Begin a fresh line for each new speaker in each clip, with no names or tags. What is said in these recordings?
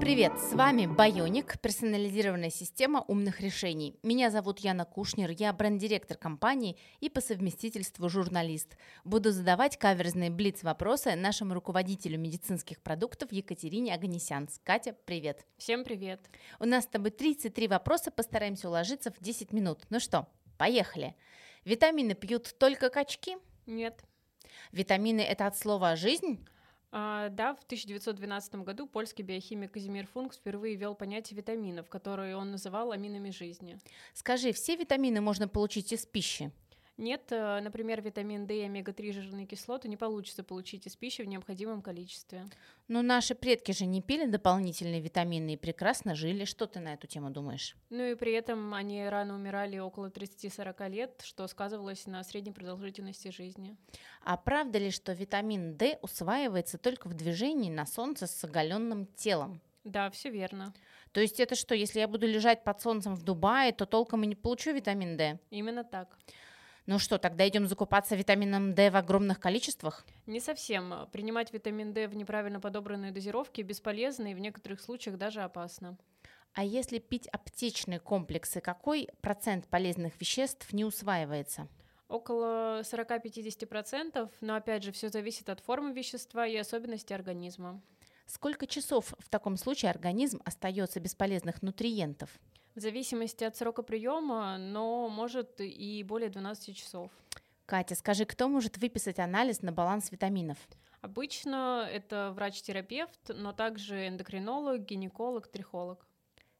Привет, с вами Байоник, персонализированная система умных решений. Меня зовут Яна Кушнер, я бренд-директор компании и по совместительству журналист. Буду задавать каверзные блиц-вопросы нашему руководителю медицинских продуктов Екатерине Аганесянс. Катя, привет.
Всем привет.
У нас с тобой 33 вопроса, постараемся уложиться в 10 минут. Ну что, поехали. Витамины пьют только качки?
Нет.
Витамины – это от слова «жизнь»?
А, да, в 1912 году польский биохимик Казимир Функ впервые ввел понятие витаминов, которые он называл аминами жизни.
Скажи, все витамины можно получить из пищи?
Нет, э, например, витамин D и омега-3 жирные кислоты не получится получить из пищи в необходимом количестве.
Но Ну, наши предки же не пили дополнительные витамины и прекрасно жили. Что ты на эту тему думаешь?
Ну и при этом они рано умирали около 30-40 лет, что сказывалось на средней продолжительности жизни.
А правда ли, что витамин D усваивается только в движении на солнце с оголенным телом?
Да, все верно.
То есть это что, если я буду лежать под солнцем в Дубае, то толком и не получу витамин D?
Именно так.
Ну что, тогда идем закупаться витамином D в огромных количествах?
Не совсем. Принимать витамин D в неправильно подобранной дозировке бесполезно и в некоторых случаях даже опасно.
А если пить аптечные комплексы, какой процент полезных веществ не усваивается?
Около 40-50%, но опять же все зависит от формы вещества и особенностей организма.
Сколько часов в таком случае организм остается без полезных нутриентов?
В зависимости от срока приема, но может и более 12 часов.
Катя, скажи, кто может выписать анализ на баланс витаминов?
Обычно это врач-терапевт, но также эндокринолог, гинеколог, трихолог.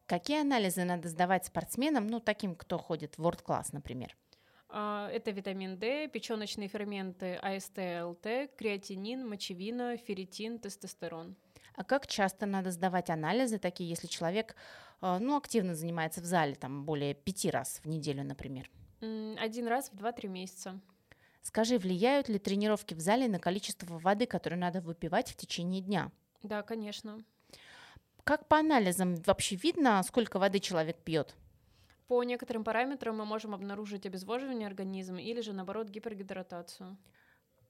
Какие анализы надо сдавать спортсменам, ну, таким, кто ходит в World Class, например?
А, Это витамин D, печёночные ферменты А АСТ, ЛТ, креатинин, мочевина, ферритин, тестостерон.
А как часто надо сдавать анализы такие, если человек, э, ну, активно занимается в зале, там, более пяти раз в неделю, например?
М, Один раз в 2-3 месяца.
Скажи, влияют ли тренировки в зале на количество воды, которую надо выпивать в течение дня?
Да, конечно.
Как по анализам вообще видно, сколько воды человек пьет?
По некоторым параметрам мы можем обнаружить обезвоживание организма или же, наоборот, гипергидратацию.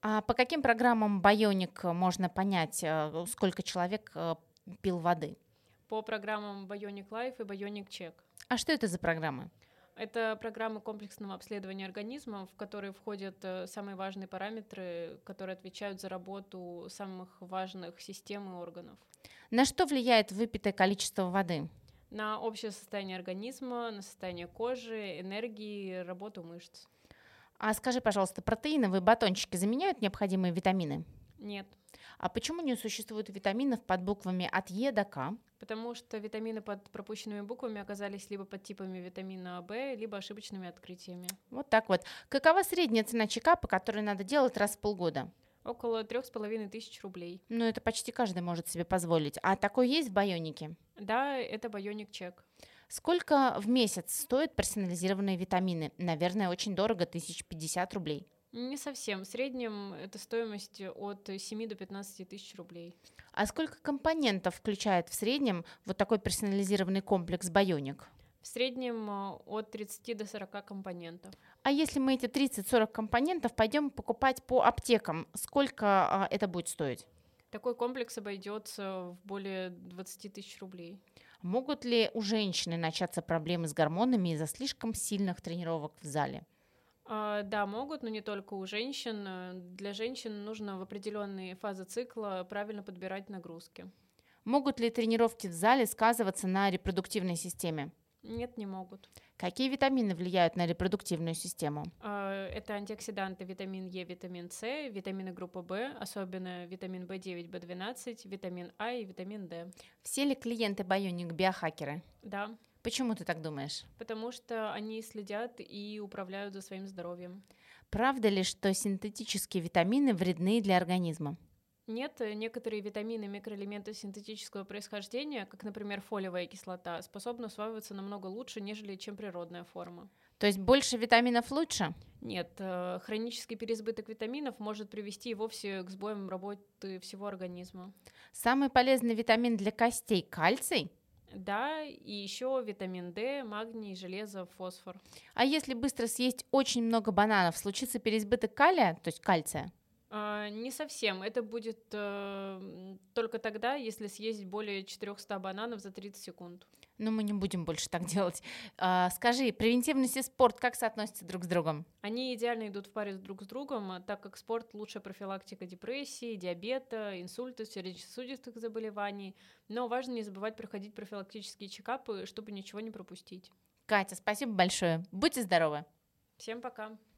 А по каким программам Байоник можно понять, э, сколько человек э, пил воды?
По программам Bionic Life и Bionic Check.
А что это за программы?
Это программы комплексного обследования организма, в которые входят э, самые важные параметры, которые отвечают за работу самых важных систем и органов.
На что влияет выпитое количество воды?
На общее состояние организма, на состояние кожи, энергии, работу мышц.
А скажи, пожалуйста, протеиновые батончики заменяют необходимые витамины?
Нет.
А почему не существует витаминов под буквами от Е до К?
Потому что витамины под пропущенными буквами оказались либо под типами витамина В, либо ошибочными открытиями.
Вот так вот. Какова средняя цена чекапа, который надо делать раз в полгода?
Около трех с половиной тысяч рублей.
Ну, это почти каждый может себе позволить. А такой есть в Байонике?
Да, это Bionic чек.
Сколько в месяц стоят персонализированные витамины? Наверное, очень дорого, 1050 рублей.
Не совсем. В среднем это стоимость от 7 до 15 тысяч рублей.
А сколько компонентов включает в среднем вот такой персонализированный комплекс Байоник?
В среднем а, от 30 до 40 компонентов.
А если мы эти 30-40 компонентов пойдем покупать по аптекам, сколько а, это будет стоить?
Такой комплекс обойдется в более 20 тысяч рублей.
Могут ли у женщины начаться проблемы с гормонами из-за слишком сильных тренировок в зале?
А, Да, могут, но не только у женщин. Э, Для женщин нужно в определенные фазы цикла правильно подбирать нагрузки.
Могут ли тренировки в зале сказываться на репродуктивной системе?
Нет, не могут.
Какие витамины влияют на репродуктивную систему?
А, Это антиоксиданты витамин Е, витамин С, витамины группы В, особенно витамин В9, В12, витамин А и витамин Д.
Все ли клиенты Байоник биохакеры?
Да,
Почему ты так думаешь?
потому что они следят и управляют за своим здоровьем.
Правда ли, что синтетические витамины вредны для организма?
Нет, э, некоторые витамины и микроэлементы синтетического происхождения, как, например, фолиевая кислота, способны усваиваться намного лучше, нежели чем природная форма.
То есть больше витаминов лучше?
Нет, э, хронический переизбыток витаминов может привести и вовсе к сбоям работы всего организма.
Самый полезный витамин для костей – кальций?
Да, и еще витамин D, магний, железо, фосфор.
А если быстро съесть очень много бананов, случится переизбыток калия, то есть кальция?
Не совсем. Это будет э, только тогда, если съесть более 400 бананов за 30 секунд.
Но Ну, мы не будем больше так делать. А, скажи, превентивность и спорт как соотносятся друг с другом?
Они идеально идут в паре друг с другом, а так как спорт — лучшая профилактика депрессии, диабета, инсульта, сердечно-сосудистых заболеваний. Но важно не забывать проходить профилактические чекапы, чтобы ничего не пропустить.
Катя, спасибо большое. Будьте здоровы.
Всем пока!